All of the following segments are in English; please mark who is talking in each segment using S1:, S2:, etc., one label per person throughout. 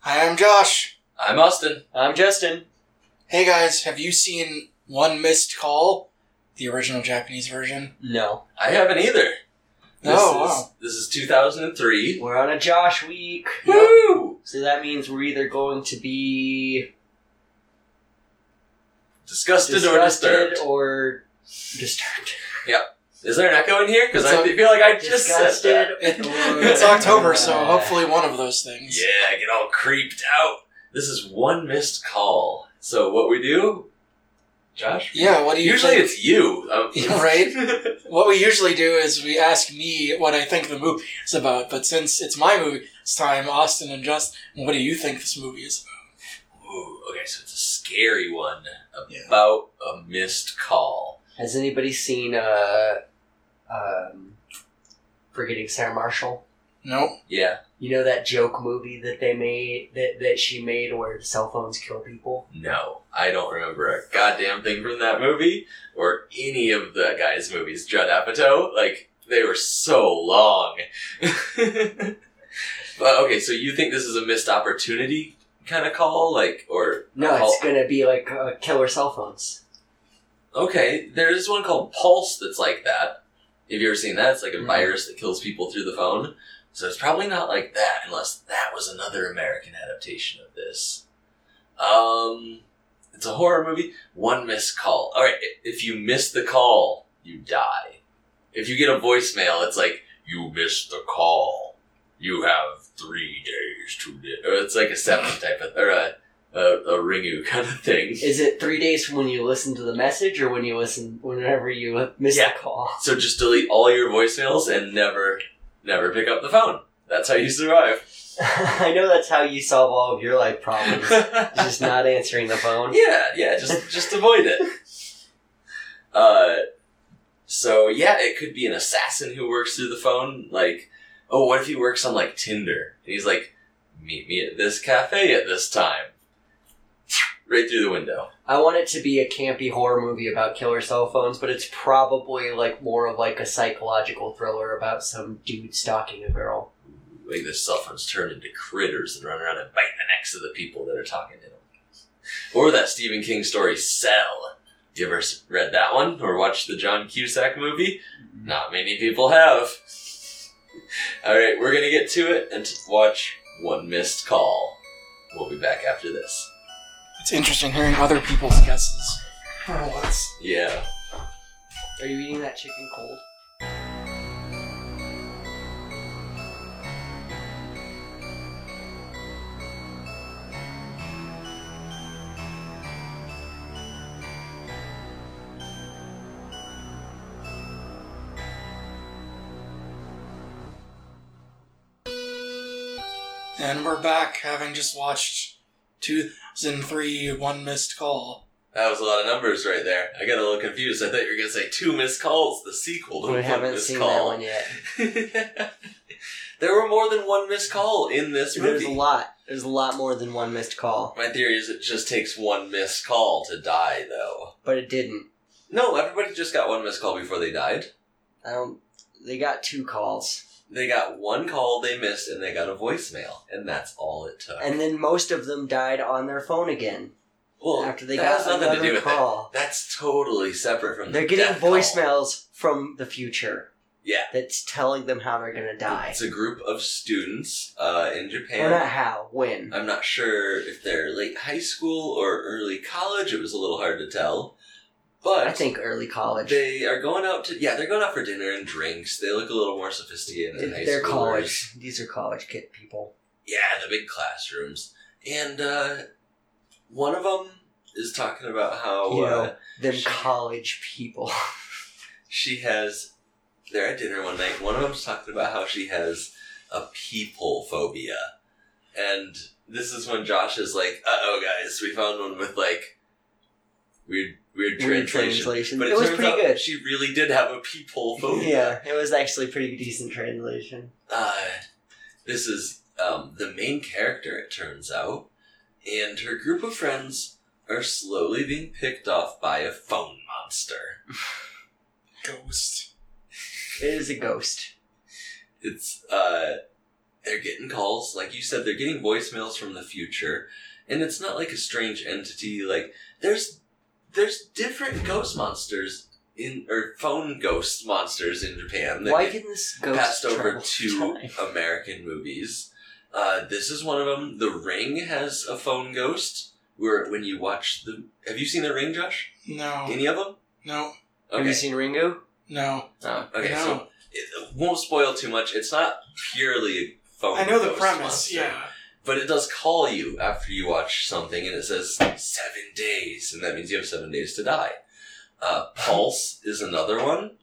S1: Hi, I'm Josh.
S2: I'm Austin.
S3: I'm Justin.
S1: Hey guys, have you seen One Missed Call? The original Japanese version?
S3: No.
S2: I haven't either. This
S1: Oh,
S2: is,
S1: wow.
S2: This is 2003.
S3: We're on a Josh week.
S2: Woo!
S3: So that means we're either going to be
S2: Disgusted, or
S3: disgusted
S2: disturbed.
S3: or disturbed.
S2: Is there an echo in here? Because I
S1: It's
S2: feel like I just said
S3: Disgusted.
S2: that.
S1: It-
S3: or-
S1: It's October,
S3: Uh,
S1: so hopefully one of those things.
S2: Yeah, get all creeped out. This is one missed call. So what we do, Josh?
S1: Yeah, what do you
S2: Usually
S1: think?
S2: it's you, um,
S1: Yeah, right? What we usually do is we ask me what I think the movie is about, but since it's my movie this time, Austin and Justin, what do you think this movie is about?
S2: Ooh, okay, so it's a scary one
S1: Yeah.
S2: about a missed call.
S3: Has anybody seen uh um Forgetting Sarah Marshall?
S1: No?
S2: Yeah.
S3: You know that joke movie that they made that, that she made where cell phones kill people?
S2: No, I don't remember a goddamn thing from that movie or any of the guy's movies. Judd Apatow, like they were so long. but okay, so you think this is a missed opportunity kind of call, like or
S3: No,
S2: Pul-
S3: it's gonna be like uh, killer cell phones.
S2: okay? There is one called Pulse that's like that. Have you ever seen that? It's like a
S3: Mhm.
S2: virus that kills people through the phone. So it's probably not like that, unless that was another American adaptation of this. Um, it's a horror movie. One missed call. All right, i- if you miss the call, you die. If you get a voicemail, it's like you missed the call. You have three days to live. Or it's like a seven type of or a a, a ringu kind of thing.
S3: Is it three days from when you listen to the message or when you listen whenever you miss
S2: Yeah.
S3: the call?
S2: So just delete all your voicemails and never, never pick up the phone. That's how you survive.
S3: I know that's how you solve all of your life problems. is
S2: yeah,
S3: just not answering the phone.
S2: yeah, just just avoid it. Uh, so yeah, it could be an assassin who works through the phone. Like, oh, what if he works on like Tinder? And he's like, meet me at this cafe at this time. Right through the window.
S3: I want it to be a campy horror movie about killer cell phones, but it's probably like more of like a psychological thriller about some dude stalking a girl.
S2: Like the cell phones turn into critters that run around and bite the necks of the people that are talking to them. Or that Stephen King story, Cell. You ever s- read that one or watched the John Cusack movie?
S3: Mm-hmm.
S2: Not many people have. All right, we're gonna get to it and t- watch One Missed Call. We'll be back after this.
S1: It's interesting hearing other people's guesses. Oh, that's-
S2: Yeah.
S3: Are you eating that chicken cold?
S1: And we're back, having just watched 2003 One Missed Call.
S2: That was a lot of numbers right there. I got a little confused. I thought you were gonna say Two Missed Calls, the sequel to
S3: We
S2: One
S3: haven't
S2: Missed
S3: seen
S2: Call.
S3: that one yet.
S2: there were more than one missed call in this
S3: There's a
S2: movie.
S3: lot. There's a lot more than one missed call,
S2: My theory is it just takes one missed call to die, though.
S3: but it didn't.
S2: No, everybody just got one missed call before they died.
S3: I don't. They got two calls,
S2: They got one call they missed, and they got a voicemail, and that's all it took.
S3: and then most of them died on their phone again
S2: well,
S3: after they
S2: that
S3: got
S2: has nothing
S3: another
S2: to do with it.
S3: call.
S2: That's totally separate from.
S3: They're
S2: the
S3: getting
S2: death call.
S3: voicemails from the future
S2: Yeah,
S3: that's telling them how they're gonna die.
S2: it's a group of students uh, in
S3: Or
S2: Japan.
S3: not how, when.
S2: I'm not sure if they're late high school or early college. It was a little hard to tell, but
S3: I think early college.
S2: They are going out to yeah, they're going out for dinner and drinks. They look a little more sophisticated than high
S3: They're
S2: schoolers.
S3: college. These are college kid people.
S2: Yeah, the big classrooms. And uh, one of them is talking about how
S3: You know.
S2: uh,
S3: Them
S2: Shit.
S3: college people.
S2: she has. They're at dinner one night. One of them's talking about how she has a people phobia, and this is when Josh is like, "Uh oh, guys, we found one with like weird, weird, translation."
S3: Weird translation.
S2: But
S3: It,
S2: it,
S3: was
S2: turns
S3: pretty
S2: out
S3: good.
S2: She really did have a people phobia.
S3: Yeah, it was actually pretty decent translation.
S2: uh, this is um, the main character, it turns out, and her group of friends are slowly being picked off by a phone monster.
S1: Ghost.
S3: It is a ghost.
S2: It's uh, they're getting calls. Like you said, they're getting voicemails from the future. And it's not like a strange entity. Like there's there's different ghost monsters in or phone ghost monsters in Japan that
S3: Why
S2: get
S3: can this ghost
S2: passed over
S3: travel
S2: to
S3: time?
S2: American movies. Uh, this is one of them. The Ring has a phone ghost. Where when you watch the, have you seen The Ring, Josh?
S1: No,
S2: Any of them?
S1: no,
S2: Okay.
S3: Have you seen Ringo?
S1: no,
S3: Oh.
S2: Okay,
S1: no.
S2: so it won't spoil too much. It's not purely phone.
S1: I know the
S2: ghost
S1: premise.
S2: monster,
S1: Yeah,
S2: but it does call you after you watch something, and it says seven days, and that means you have seven days to die. Uh, Pulse is another one.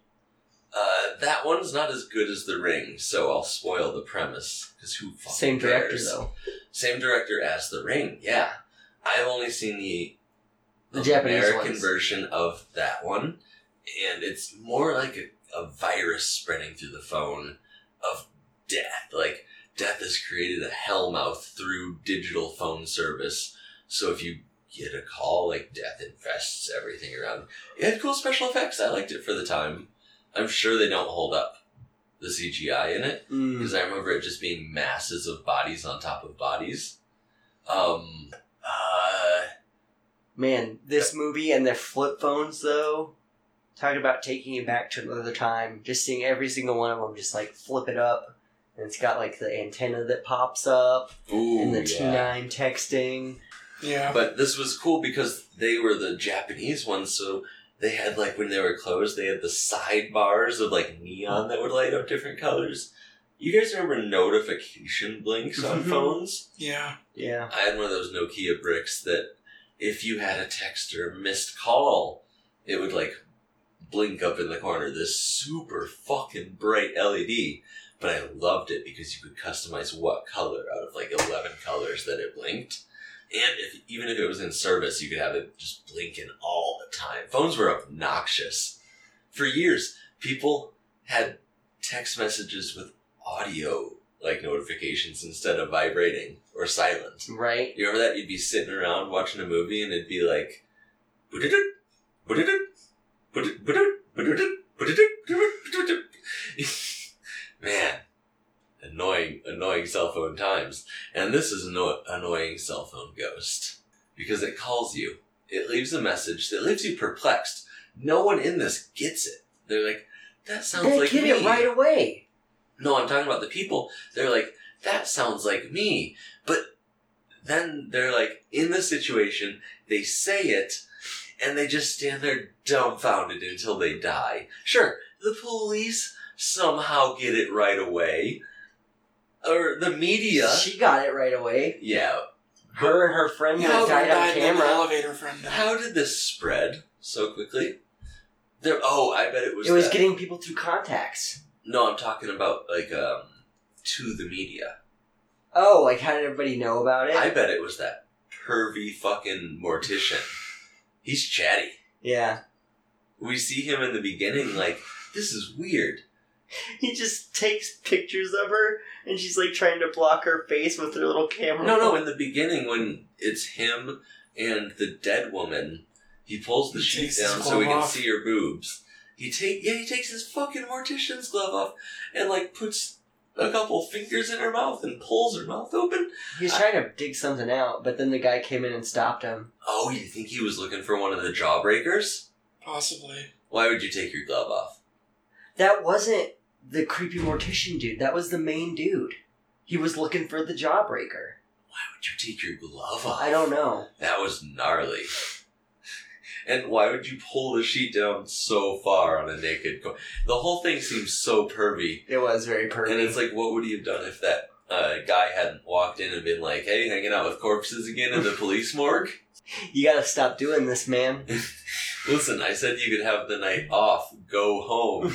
S2: Uh, that one's not as good as The Ring, so I'll spoil the premise because who fucking
S3: Same director
S2: cares?
S3: though.
S2: Same director as The Ring. Yeah, I've only seen the
S3: The Japanese
S2: American
S3: ones.
S2: version of that one, and it's more like a, a virus spreading through the phone of death. Like death has created a hellmouth through digital phone service. So if you get a call, like death infests everything around. It had cool special effects. I liked it for the time. I'm sure they don't hold up the CGI in it
S3: Mm.
S2: because I remember it just being masses of bodies on top of bodies. Um, uh,
S3: Man, this movie and their flip phones though. Talking about taking you back to another time, just seeing every single one of them just like flip it up. And it's got like the antenna that pops up
S2: ooh,
S3: and the two
S2: yeah.
S3: nine texting.
S1: yeah.
S2: But this was cool because they were the Japanese ones, so they had like when they were closed, they had the sidebars of like neon that would light up different colors. You guys remember notification blinks on
S3: Mhm.
S2: phones?
S1: Yeah.
S3: Yeah.
S2: I had one of those Nokia bricks that if you had a text or missed call, it would like blink up in the corner, this super fucking bright LED. But I loved it because you could customize what color out of like 11 colors that it blinked. And if, even if it was in service, you could have it just blinking all the time. Phones were obnoxious. For years, people had text messages with audio like notifications instead of vibrating or silent.
S3: Right?
S2: You remember that? You'd be sitting around watching a movie and it'd be like, "Boop-de-doop, boop-de-doop, boop-de- boop-de-doop, boop-de-doop, boop-de-doop, boop-de-doop, boop-de-doop." Man, annoying, annoying cell phone times. And this is an anno- annoying cell phone ghost because it calls you. It leaves a message that leaves you perplexed. No one in this gets it. They're like, "That sounds
S3: they
S2: like
S3: get
S2: me."
S3: it right away.
S2: No, I'm talking about the people. They're like, that sounds like me. But then they're like, in the situation, they say it, and they just stand there dumbfounded until they die. Sure, the police somehow get it right away. Or the media.
S3: She got it right away.
S2: Yeah.
S3: Her and her friend
S1: Yeah,
S3: that
S1: the guy
S3: died on
S1: died in the
S3: camera.
S1: elevator friend.
S2: How did this spread so quickly? There, oh, I bet it was.
S3: It was
S2: that-
S3: getting people through contacts.
S2: no, I'm talking about like um, to the media.
S3: Oh, like how did everybody know about it?
S2: I bet it was that pervy fucking mortician. He's chatty.
S3: yeah.
S2: We see him in the beginning, like, this is weird.
S3: He just takes pictures of her and she's like trying to block her face with her little camera.
S2: No, no, in the beginning, when it's him and the dead woman, he pulls the
S1: He
S2: sheet
S1: takes his
S2: down so we
S1: glove
S2: can
S1: off.
S2: see her boobs. He take yeah, he takes his fucking mortician's glove off and like puts a couple fingers in her mouth and pulls her mouth open.
S3: He was trying to dig something out, but then the guy came in and stopped him.
S2: Oh, you think he was looking for one of the jawbreakers?
S1: Possibly.
S2: Why would you take your glove off?
S3: That wasn't the creepy mortician dude. That was the main dude. He was looking for the jawbreaker.
S2: Why would you take your glove off?
S3: I don't know.
S2: That was gnarly. And why would you pull the sheet down so far on a naked? Co- the whole thing seems so pervy,
S3: It was very pervy.
S2: and it's like, what would he have done if that uh, guy hadn't walked in and been like, "Hey, hanging out with corpses again in the police morgue"?
S3: you gotta stop doing this, man.
S2: Listen, I said you could have the night off, go home.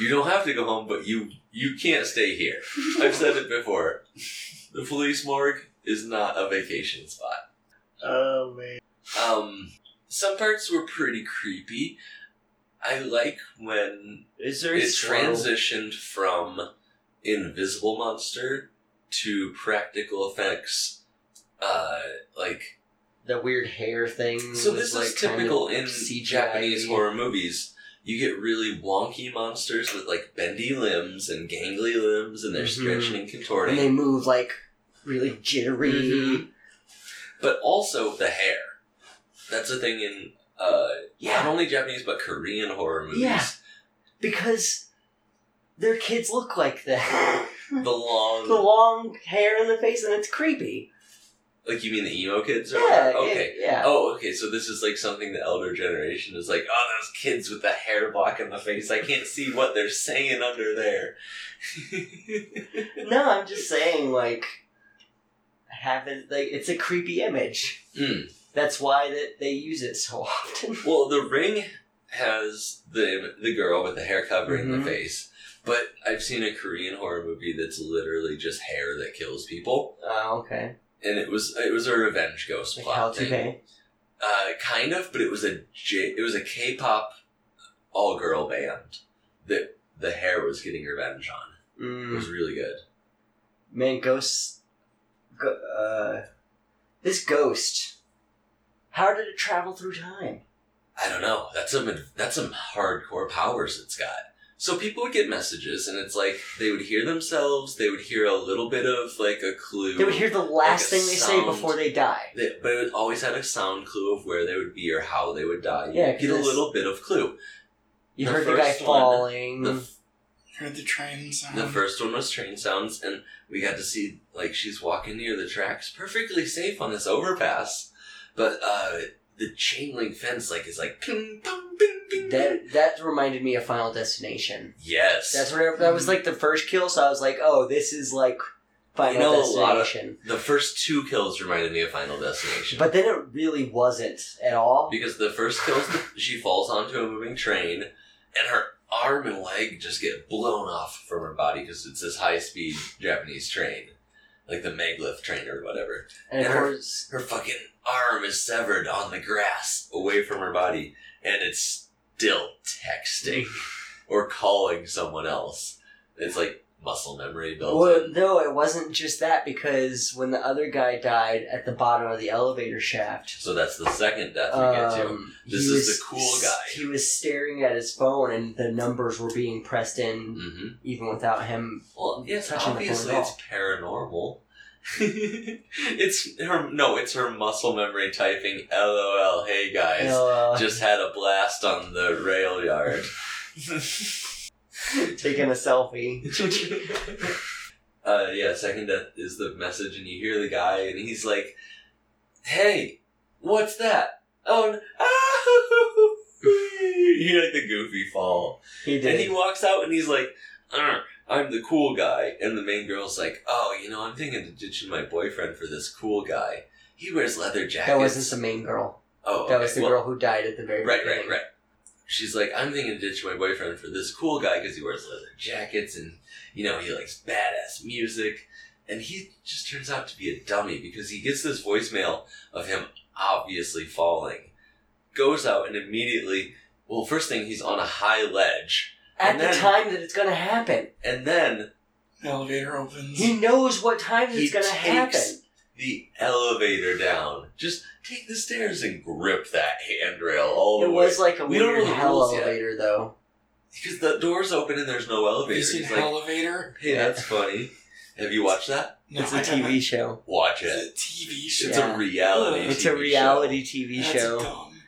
S2: You don't have to go home, but you you can't stay here. I've said it before. The police morgue is not a vacation spot.
S3: Oh man.
S2: Um, some parts were pretty creepy. I like when
S3: It's
S2: it
S3: very slow.
S2: transitioned from invisible monster to practical effects. Uh, like
S3: The weird hair thing.
S2: so,
S3: was,
S2: this
S3: Mm, like,
S2: is
S3: kind
S2: typical
S3: of
S2: in
S3: CGI.
S2: Japanese horror movies. you get really wonky monsters with like bendy limbs and gangly limbs, and they're
S3: Mhm.
S2: stretching and contorting.
S3: And they move like really jittery.
S2: Mhm. But also the hair. That's a thing in uh, not
S3: Yeah,
S2: only Japanese but Korean horror movies.
S3: Yeah. because their kids look like that.
S2: The long,
S3: the long hair in the face, and it's creepy.
S2: like you mean the emo kids? Or
S3: Yeah. it-
S2: okay.
S3: yeah.
S2: Oh, okay. So this is like something the elder generation is like, oh, those kids with the hair blocking the face. I can't see what they're saying under there.
S3: No, I'm just saying, like, have it, like it's a creepy image.
S2: Hmm.
S3: That's why that they use it so often.
S2: Well, the ring has the the girl with the hair covering
S3: Mhm.
S2: the face, but I've seen a Korean horror movie that's literally just hair that kills people,
S3: Oh, okay.
S2: and it was it was a revenge ghost
S3: Like how
S2: plot
S3: to
S2: thing. Uh, kind of, but it was a J, it was a K-pop all girl band that the hair was getting revenge on. It
S3: Mm,
S2: was really good.
S3: man, ghosts. Go, uh, this ghost. How did it travel through time?
S2: I don't know. That's some that's some hardcore powers it's got. So people would get messages, and it's like they would hear themselves. They would hear a little bit of like a clue.
S3: They would hear the last
S2: Like a
S3: thing they say
S2: sound.
S3: before they die.
S2: They- but it would always had a sound clue of where they would be or how they would die. You
S3: Yeah,
S2: would get a
S3: 'cause
S2: little bit of clue.
S3: You
S2: The
S3: heard the guy
S2: first one,
S3: falling.
S2: The f-
S1: Heard the train sound.
S2: The first one was train sounds, and we got to see like she's walking near the tracks, perfectly safe on this overpass. But uh, the chain link fence, like, is like ping, pong, ping, ping, ping.
S3: that that reminded me of Final Destination.
S2: Yes,
S3: That's where that
S2: Mm-hmm.
S3: was like the first kill, so I was like, oh, this is like Final
S2: You know, a lot of-
S3: Destination.
S2: the first two kills reminded me of Final Destination
S3: But then it really wasn't at all.
S2: because the first kills she falls onto a moving train, and her arm and leg just get blown off from her body because it's this high speed Japanese train, like the Maglev train or whatever.
S3: And of
S2: and her-
S3: course,
S2: her fucking arm is severed on the grass away from her body and it's still texting or calling someone else it's like muscle memory built
S3: well,
S2: in.
S3: no, it wasn't just that because when the other guy died at the bottom of the elevator shaft,
S2: so that's the second death we get to
S3: um,
S2: This
S3: he
S2: is
S3: was-
S2: the cool guy.
S3: He was staring at his phone, and the numbers were being pressed in
S2: hmm
S3: even without him.
S2: well yes
S3: Touching the
S2: obviously
S3: phone at
S2: it's paranormal it's her no it's her muscle memory typing lol hey guys
S3: Uh,
S2: just had a blast on the rail yard
S3: taking a selfie.
S2: uh, yeah, second death is the message, and you hear the guy, and he's like, "Hey, what's that?" Oh, n- ah! you hear like the goofy fall,
S3: He did.
S2: and he walks out, and he's like, "Arr, "I'm the cool guy," and the main girl's like, "Oh, you know, I'm thinking of ditching my boyfriend for this cool guy. He wears leather jackets."
S3: that wasn't the main girl.
S2: Oh,
S3: That was
S2: okay,
S3: the
S2: well,
S3: girl who died at the very
S2: Right,
S3: beginning.
S2: right, right. She's like, I'm thinking of ditching my boyfriend for this cool guy because he wears leather jackets and, you know, he likes badass music. And he just turns out to be a dummy because he gets this voicemail of him obviously falling. Goes out and immediately, well, first thing, he's on a high ledge.
S3: At
S2: And
S3: the
S2: then-
S3: time that it's going to happen,
S2: And then
S1: elevator opens.
S3: he knows what time that
S2: He
S3: it's going to
S2: takes-
S3: happen.
S2: the elevator down. Just take the stairs and grip that handrail all the
S3: It
S2: way.
S3: was like a
S2: We don't
S3: weird
S2: know the
S3: hell
S2: rules yet.
S3: elevator, though.
S2: because the door's open and there's no
S1: Have
S2: elevator.
S1: you seen
S2: He's like,
S1: elevator?
S2: hey, that's funny. Have you watched that?
S1: No,
S3: it's a
S1: I don't know.
S3: TV show.
S2: Watch
S1: It's
S2: it.
S1: a TV show.
S2: It's
S3: Yeah.
S2: a reality.
S1: Ugh.
S3: It's
S2: TV
S3: a reality
S2: Show.
S3: TV
S1: That's
S3: show.
S1: dumb.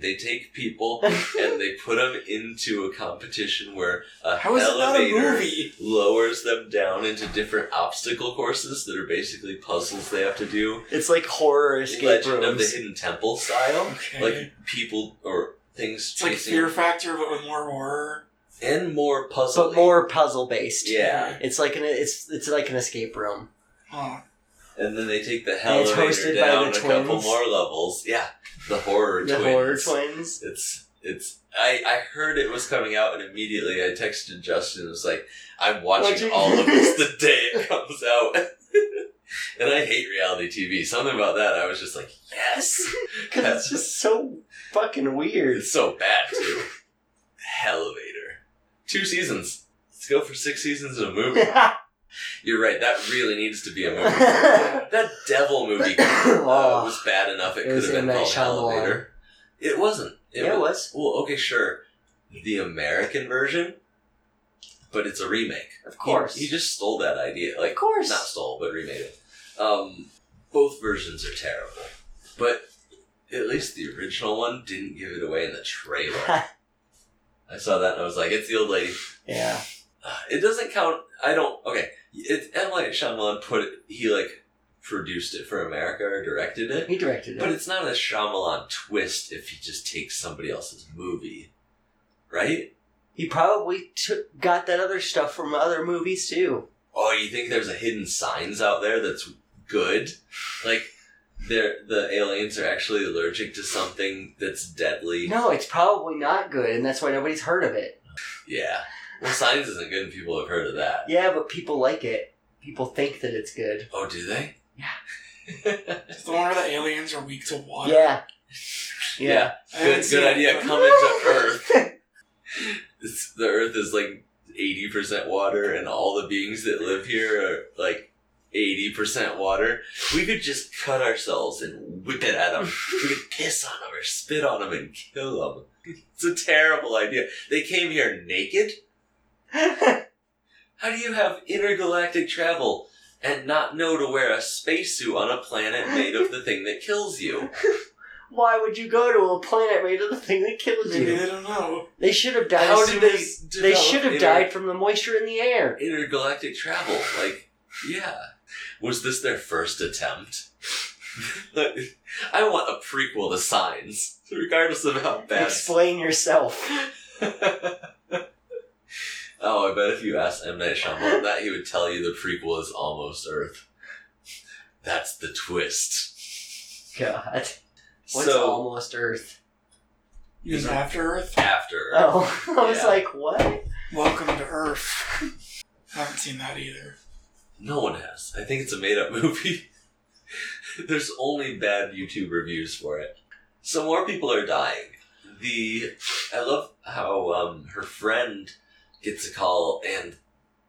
S2: They take people and they put them into a competition where a
S1: How is it not a
S2: elevator
S1: movie?
S2: lowers them down into different obstacle courses that are basically puzzles they have to do.
S3: it's like horror escape
S2: Legend of the
S3: rooms.
S2: Hidden Temple style,
S1: Okay.
S2: like people or things
S1: it's like
S2: chasing
S1: Fear Factor, but with more horror.
S2: and more puzzle.
S3: but more puzzle based.
S2: yeah.
S3: It's like an it's it's like an escape room.
S1: Huh.
S2: And then they take the
S3: And it's
S2: elevator
S3: hosted by
S2: down a
S3: the
S2: couple
S3: twins.
S2: more levels. Yeah, the horror
S3: the
S2: twins.
S3: horror twins.
S2: It's it's I I heard it was coming out and immediately I texted Justin and was like, I'm watching
S3: Watching-
S2: all of this the day it comes out. and I hate reality TV. Something about that I was just like, yes.
S3: Because it's just so fucking weird.
S2: It's so bad too. Elevator. Two seasons. Let's go for six seasons in a movie. You're right, that really needs to be a movie.
S3: oh,
S2: That devil movie uh, was bad enough it,
S3: It
S2: could
S3: was
S2: have been
S3: M. Night
S2: called
S3: Shyamalan.
S2: Elevator. It wasn't.
S3: yeah, it
S2: was
S3: was.
S2: well, okay, sure. the American version, but it's a remake.
S3: Of course.
S2: He, he just stole that idea. Like,
S3: Of course.
S2: Not stole, but remade it. Um, both versions are terrible. But at least the original one didn't give it away in the trailer. I saw that and I was like, it's the old lady.
S3: yeah.
S2: Uh, It doesn't count. I don't. Okay. It, M. Night Shyamalan put it, he like produced it for America or directed it.
S3: He directed
S2: But
S3: it.
S2: it's not a Shyamalan twist if he just takes somebody else's movie, right?
S3: He probably took got that other stuff from other movies too.
S2: Oh, you think there's a hidden signs out there that's good? Like, they're, the aliens are actually allergic to something that's deadly.
S3: No, it's probably not good, and that's why nobody's heard of it.
S2: Yeah. Well, signs isn't good, and people have heard of that.
S3: Yeah, but people like it. People think that it's good.
S2: Oh, do they?
S1: It's the one where the aliens are weak to water.
S3: Yeah. Yeah.
S1: I haven't
S2: Good,
S1: seen
S2: good
S1: it,
S2: idea.
S1: but-
S2: Coming to Earth. It's, the Earth is like 80% water, and all the beings that live here are like 80% water. We could just cut ourselves and whip it at them. we could piss on them or spit on them and kill them. It's a terrible idea. They came here naked? How do you have intergalactic travel and not know to wear a spacesuit on a planet made of the thing that kills you?
S3: Why would you go to a planet made of the thing that kills
S1: Maybe
S3: you?
S1: they don't know.
S3: They should have died.
S2: How
S3: as
S2: did
S3: soon
S2: they
S3: as- They
S2: develop
S3: should have
S2: inter-
S3: died from the moisture in the air.
S2: intergalactic travel. Like, yeah. Was this their first attempt? Like, I want a prequel to Signs, regardless of how bad.
S3: Explain yourself.
S2: oh, I bet if you asked M Night Shyamalan that, he would tell you the prequel is almost Earth. That's the twist.
S3: God. What's
S2: so
S3: almost Earth?
S1: He was
S2: Mhm.
S1: after Earth.
S2: after Earth.
S3: Oh, I was
S2: Yeah.
S3: like, what?
S1: Welcome to Earth. I haven't seen that either.
S2: no one has. I think it's a made-up movie. There's only bad YouTube reviews for it. So more people are dying. The I love how um, her friend gets a call and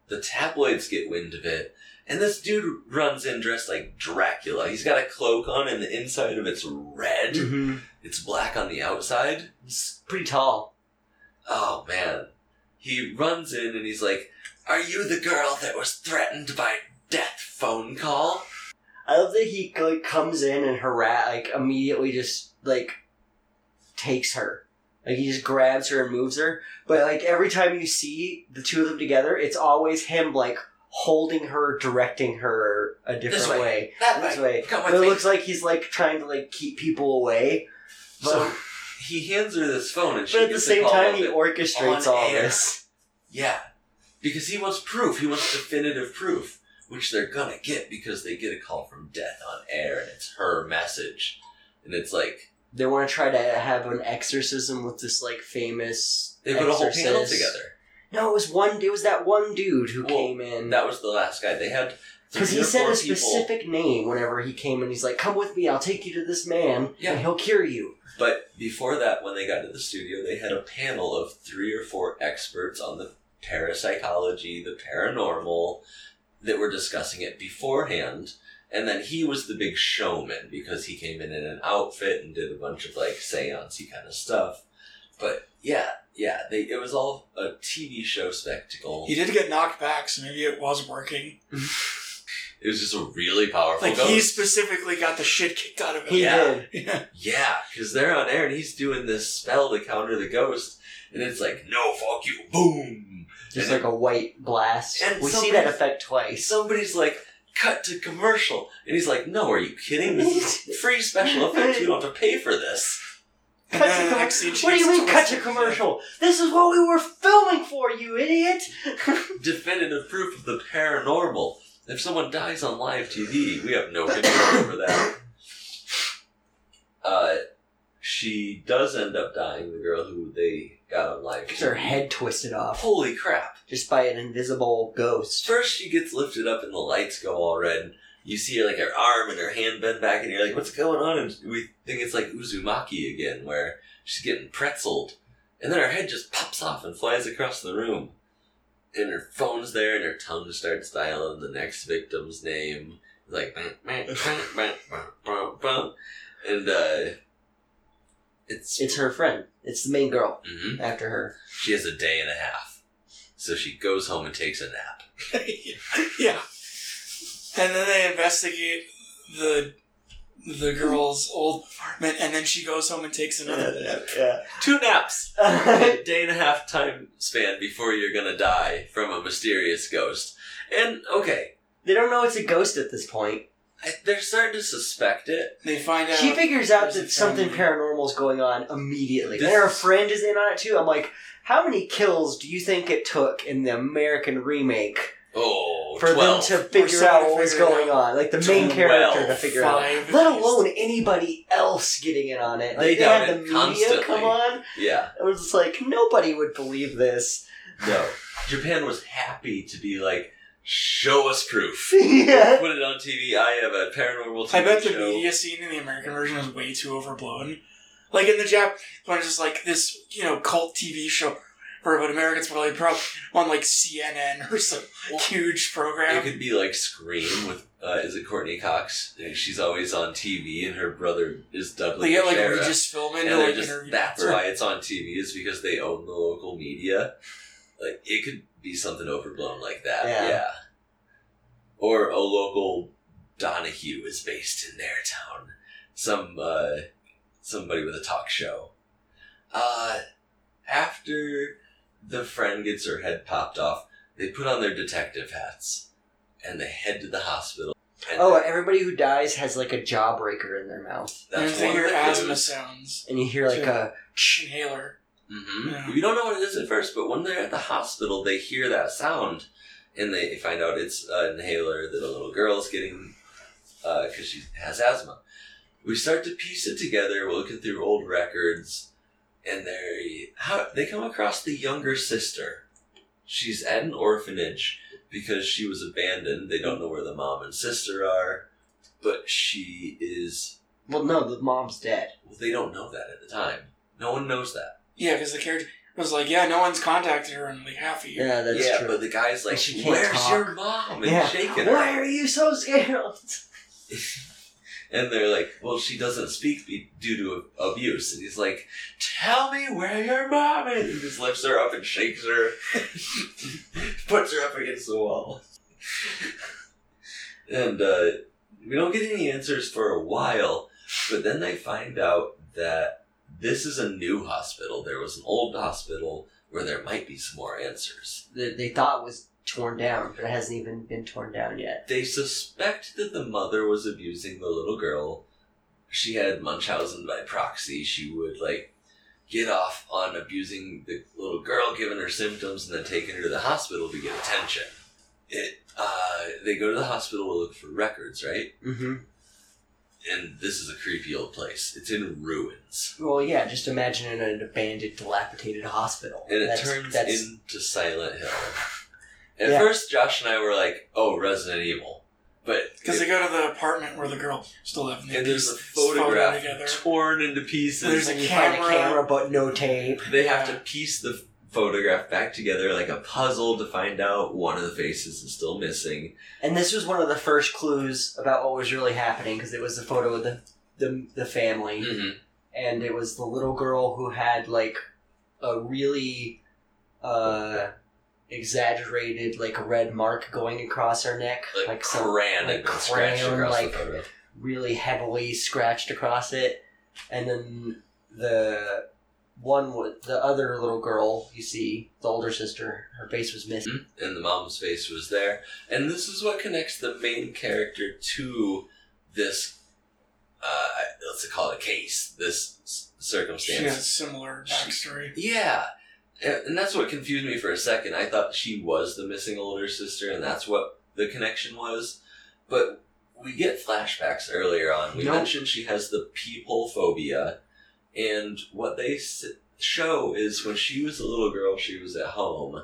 S2: the tabloids get wind of it. And this dude runs in dressed like Dracula. He's got a cloak on and the inside of it's red.
S3: Mm-hmm.
S2: It's black on the outside.
S3: It's pretty tall.
S2: Oh man. He runs in and he's like, Are you the girl that was threatened by death phone call?
S3: I love that he like comes in and harass, like immediately just like takes her. Like he just grabs her and moves her. But like every time you see the two of them together, it's always him like holding her, directing her a different
S2: way.
S3: way.
S2: That
S3: This
S2: way.
S3: way.
S2: Come
S3: But
S2: with
S3: it
S2: me.
S3: looks like he's like trying to like keep people away. But,
S2: So he hands her this phone and she
S3: but at the
S2: gets
S3: same
S2: call
S3: time,
S2: with
S3: he
S2: it.
S3: orchestrates
S2: on
S3: all
S2: air.
S3: this.
S2: Yeah. Because he wants proof. He wants definitive proof, which they're gonna get because they get a call from death on air and it's her message. And it's like
S3: They want to try to have an exorcism with this like famous.
S2: they put a whole panel
S3: exorcist.
S2: together.
S3: No, it was one. It was that one dude who
S2: Well,
S3: came in.
S2: And that was the last guy. They had
S3: Because
S2: three
S3: he
S2: or
S3: said
S2: four
S3: a
S2: people,
S3: specific name whenever he came, and he's like, "Come with me. I'll take you to this man,
S2: Yeah.
S3: and he'll cure you."
S2: But before that, when they got to the studio, they had a panel of three or four experts on the parapsychology, the paranormal, that were discussing it beforehand. And then he was the big showman because he came in in an outfit and did a bunch of like seance kind of stuff. But yeah, yeah, they, it was all a TV show spectacle.
S1: He did get knocked back, so maybe it was working.
S2: It was just a really powerful
S1: Like
S2: ghost.
S1: he specifically got the shit kicked out of him.
S3: He
S2: Yeah.
S3: did.
S1: Yeah.
S2: Yeah, because they're on air and he's doing this spell to counter the ghost. And it's like, no, fuck you, boom.
S3: Just like a white blast.
S2: And
S3: we see
S2: somebody-
S3: that effect twice.
S2: somebody's like, cut to commercial. And he's like, no, are you kidding? This is free special effects. You don't have to pay for this.
S1: And
S3: Cut
S1: then
S3: to
S1: the
S3: com-
S1: next scene, she
S3: What do you
S1: gets
S3: mean, cut to
S1: twisted.
S3: commercial? This is what we were filming for, you idiot!
S2: Definitive proof of the paranormal. If someone dies on live TV, we have no control over that. Uh, she does end up dying, the girl who they got on live
S3: Gets her
S2: TV.
S3: head twisted off
S2: Holy crap.
S3: just by an invisible ghost.
S2: First, she gets lifted up and the lights go all red. You see like her arm and her hand bend back, and you're like, "What's going on?" And we think it's like Uzumaki again, where she's getting pretzeled, and then her head just pops off and flies across the room. And her phone's there, and her tongue starts dialing the next victim's name, like, "Bang, bang, bang, bang, bang, bang, bang." and uh, It's,
S3: It's her friend. It's the main girl
S2: hmm
S3: after her.
S2: She has a day and a half, so she goes home and takes a nap.
S1: yeah. And then they investigate the the girl's old apartment, and then she goes home and takes another nap.
S2: Two naps,
S3: yeah.
S2: a day and a half time span before you're gonna die from a mysterious ghost. And okay,
S3: they don't know it's a ghost at this point.
S2: I, they're starting to suspect it.
S1: They find out.
S3: She figures out
S1: There's a
S3: that something
S1: family.
S3: paranormal's going on immediately.
S2: This-
S3: and her friend is in on it too. I'm like, how many kills do you think it took in the American remake
S2: Oh,
S3: for
S2: 12.
S3: them to
S1: Or
S3: figure
S1: someone
S3: out
S1: to
S3: what was
S1: figure it
S3: going on? Like the main
S2: 12.
S3: character to figure out.
S1: five
S3: Let alone anybody else getting in on it. Like,
S2: They
S3: they
S2: doubt
S3: had the
S2: it
S3: media
S2: constantly.
S3: come on.
S2: yeah,
S3: It was just like nobody would believe this.
S2: no. Japan was happy to be like, show us proof.
S3: yeah.
S2: Put it on TV. I have a paranormal TV
S1: I bet the
S2: show.
S1: media scene in the American version is way too overblown. Like in the Jap, when it's just like this, you know, cult TV show for about Americans, but like probably on like CNN or some huge
S2: It
S1: program.
S2: could be like Scream with uh, is it Courtney Cox? And She's always on TV, and her brother is Douglas.
S1: they get like
S2: Shara.
S1: Regis Philbin
S2: and
S1: to
S2: they're
S1: like
S2: just-
S1: interview.
S2: that's why it's on TV is because they own the local media. Like it could be something overblown like that, yeah.
S3: Yeah.
S2: Or a local Donahue is based in their town. Some uh, somebody with a talk show. Uh, after the friend gets her head popped off, they put on their detective hats and they head to the hospital. And
S3: Oh, everybody who dies has like a jawbreaker in their mouth,
S1: And
S2: that's
S1: they
S2: one
S1: hear
S2: of the
S1: asthma
S2: clues.
S1: sounds.
S3: and you hear like
S1: Sure.
S3: a
S1: Inhaler.
S2: hmm
S1: Yeah.
S2: We don't know what it is at first, but when they're at the hospital, they hear that sound, and they find out it's an inhaler that a little girl's getting because she has asthma. We start to piece it together. We're looking through old records, and they how they come across the younger sister. She's at an orphanage because she was abandoned. They don't know where the mom and sister are, but she is.
S3: Well, no, the mom's dead.
S2: Well, they don't know that at the time. No one knows that.
S1: Yeah, because the character was like, yeah, no one's contacted her in like half a year.
S3: Yeah, that's
S2: yeah,
S3: true.
S2: but the guy's like,
S3: Like, she can't
S2: "Where's
S3: talk."
S2: your mom?" and
S3: Yeah.
S2: shaking her,
S3: Why are you so scared?
S2: and they're like, "Well, she doesn't speak be- due to a- abuse." And he's like, "Tell me where your mom is." And just lifts her up and shakes her, puts her up against the wall, and uh, we don't get any answers for a while. But then they find out that this is a new hospital. There was an old hospital where there might be some more answers.
S3: that they thought was torn down, but it hasn't even been torn down yet.
S2: They suspect that the mother was abusing the little girl. She had Munchausen by proxy. She would, like, get off on abusing the little girl, giving her symptoms, and then taking her to the hospital to get attention. It, uh, they go to the hospital to look for records, right?
S3: Mm-hmm.
S2: And this is a creepy old place. It's in ruins.
S3: Well, yeah, just imagine in an abandoned, dilapidated hospital.
S2: And it
S3: That's-
S2: turns
S3: that's-
S2: into Silent Hill. At
S3: Yeah.
S2: first, Josh and I were like, oh, Resident Evil. But
S1: Because they go to the apartment where the girl still lived. they
S2: and there's a
S1: piece this
S2: photograph
S1: together.
S2: torn into pieces.
S1: There's a
S3: when you find a
S1: camera.
S3: camera, but no tape.
S2: they have to piece the photograph back together like a puzzle to find out one of the faces is still missing.
S3: And this was one of the first clues about what was really happening because it was the photo of the the, the family,
S2: Mm-hmm.
S3: and it was the little girl who had like a really uh, exaggerated like red mark going across her neck,
S2: Like,
S3: some-
S2: crayon
S3: like
S2: had been scratched
S3: crayon,
S2: across
S3: like-
S2: the photo.
S3: really heavily scratched across it, and then the one with the other little girl you see, the older sister, her face was missing.
S2: And the mom's face was there. And this is what connects the main character to this, uh, let's call it a case, this s-
S1: She
S2: circumstance.
S1: has a similar
S2: She-
S1: backstory.
S2: Yeah. And and that's what confused me for a second. I thought she was the missing older sister and that's what the connection was. But we get flashbacks earlier on. We
S3: Nope.
S2: mentioned she has the peephole phobia. And what they s- show is when she was a little girl, she was at home.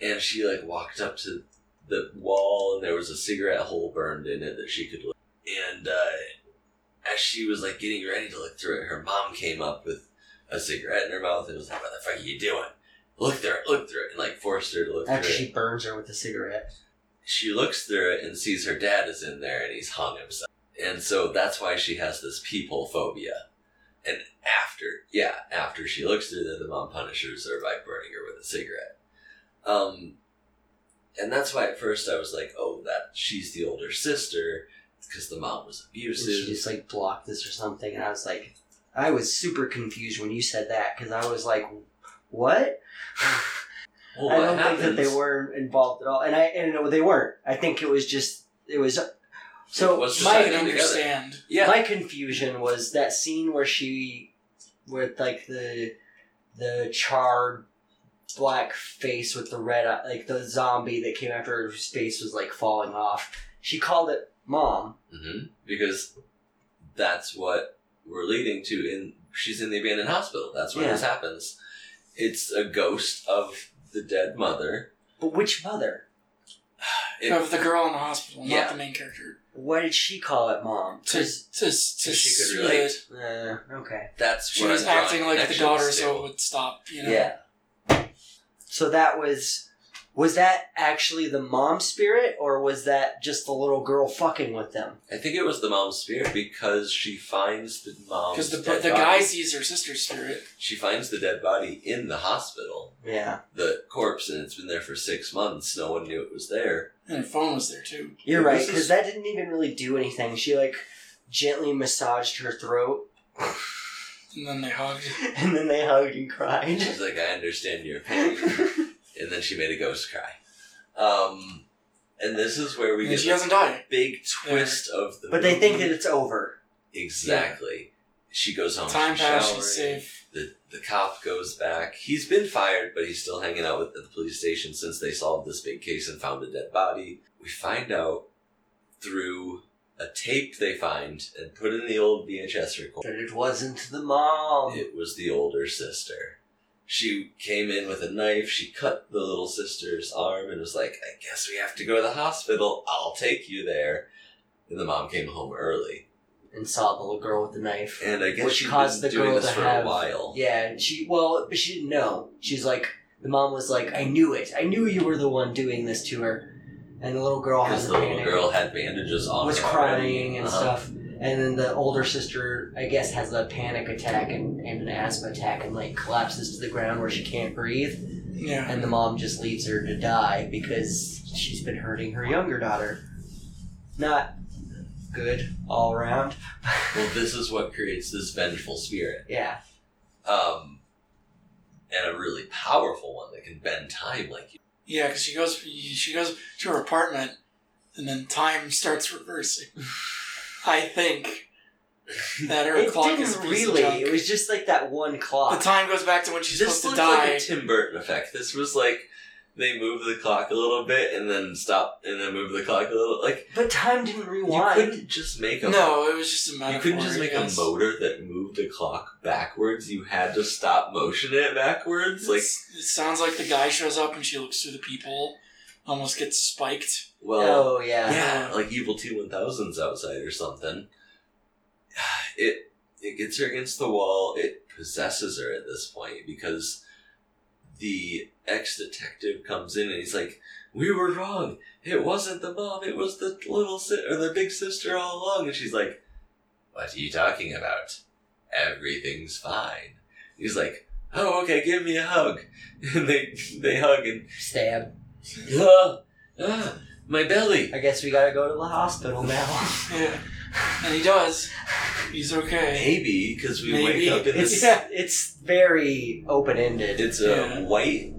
S2: And she, like, walked up to the wall and there was a cigarette hole burned in it that she could look. And uh, as she was, like, getting ready to look through it, her mom came up with a cigarette in her mouth and was like, "What the fuck are you doing? Look through it, look through it," and like forced her to look
S3: After
S2: through it.
S3: she burns her with a cigarette.
S2: She looks through it and sees her dad is in there and he's hung himself, and so that's why she has this people phobia. And after, yeah, after she looks through them, the mom punishes her by burning her with a cigarette. Um, and that's why at first I was like, oh, that she's the older sister because the mom was
S3: And
S2: abusive.
S3: she just like blocked this or something, and I was like, I was super confused when you said that because I was like, what?
S2: well,
S3: I
S2: what
S3: don't think that they
S2: happens-
S3: were involved at all, and I and no, they weren't. I think it was just it was. So
S2: It was just
S1: I
S3: my
S2: like-
S1: can understand.
S2: Yeah,
S3: my confusion was that scene where she with like the the charred black face with the red eye like the zombie that came after her whose face was like falling off she called it mom
S2: hmm Because that's what we're leading to. In she's in the abandoned hospital. That's when
S3: Yeah.
S2: this happens. It's a ghost of the dead mother.
S3: but which mother
S2: It-
S1: of the girl in the hospital,
S2: Yeah.
S1: not the main character.
S3: why did she call it mom
S1: To to to, to
S2: she could
S1: see
S2: relate.
S1: it.
S3: uh, okay
S2: that's
S1: She
S2: where
S1: was
S2: I'm drawing
S1: acting like the
S2: connections
S1: daughter,
S2: to.
S1: so it would stop. You know.
S3: yeah so that was was that actually the mom spirit or was that just the little girl fucking with them
S2: I think it was the mom's spirit because she finds the mom
S1: Because the the guy sees her sister's spirit.
S2: she finds the dead body in the hospital,
S3: yeah
S2: the corpse, and it's been there for six months. No one knew it was there.
S1: And her phone was there too.
S3: You're
S2: This
S3: right,
S2: is-
S3: because that didn't even really do anything. She like gently massaged her throat,
S1: And then they hugged.
S3: and then they hugged and cried.
S2: She's like, I understand your pain. and then she made a ghost cry. Um, and this is where we
S1: And
S2: get
S1: she
S2: the
S1: doesn't die.
S2: big twist of the.
S3: but they think that it's over.
S2: exactly. Oh, She goes home.
S1: Time
S2: she's
S1: passed.
S2: showering.
S1: She's safe.
S2: The the cop goes back. He's been fired, but he's still hanging out with at the police station since they solved this big case and found a dead body. We find out through a tape they find and put in the old VHS recorder.
S3: But it wasn't the mom.
S2: It was the older sister. She came in with a knife. She cut the little sister's arm and was like, I guess we have to go to the hospital. I'll take you there. And the mom came home early.
S3: and saw the little girl with the knife,
S2: And I guess
S3: which
S2: she'd
S3: caused the
S2: been doing
S3: girl to
S2: this for
S3: have.
S2: a while.
S3: Yeah, and she well, but she didn't know. She's like the mom was like, "I knew it. I knew you were the one doing this to her." And the little girl
S2: Because
S3: has
S2: the
S3: a
S2: little
S3: panic.
S2: girl had bandages on
S3: was
S2: her.
S3: crying and
S2: Uh-huh.
S3: stuff. And then the older sister, I guess, has a panic attack and, and an asthma attack and like collapses to the ground where she can't breathe.
S1: Yeah.
S3: And the mom just leaves her to die because she's been hurting her younger daughter. Not good all around.
S2: Well, this is what creates this vengeful spirit.
S3: Yeah.
S2: Um, and a really powerful one that can bend time like you.
S1: Yeah. Because she goes she goes to her apartment, and then time starts reversing. I think that her
S3: It
S1: clock is a
S3: didn't
S1: piece of
S3: really.
S1: junk.
S3: It was just like that one
S1: The
S3: clock.
S1: time goes back to when she's
S2: this
S1: supposed
S2: looks
S1: to die.
S2: like a Tim Burton effect. This was like they move the clock a little bit and then stop and then move the clock a little. Like
S3: but time didn't
S2: you
S3: rewind.
S2: couldn't just make a
S1: no, it was just a
S2: You
S1: metaphor.
S2: couldn't just
S1: I
S2: make a
S1: guess.
S2: motor that moved the clock backwards. You had to stop motion it backwards. Like,
S1: It's- it sounds like the guy shows up and she looks through the peephole, almost gets spiked.
S2: well,
S3: Oh, yeah.
S2: yeah, like Evil T one thousands outside or something. It it gets her against the wall. It possesses her at this point because the ex detective comes in and he's like, "We were wrong. It wasn't the mom. It was the little si- or the big sister all along." And she's like, "What are you talking about? Everything's fine." He's like, "Oh, okay. Give me a hug." And they they hug and
S3: Stab.
S2: ah, ah, my belly.
S3: I guess we gotta go to the hospital now.
S1: Yeah. And he does. He's okay.
S2: Maybe because we
S1: Maybe.
S2: wake up in
S3: It's
S2: this.
S3: it's very open ended.
S2: It's a
S1: Yeah.
S2: white,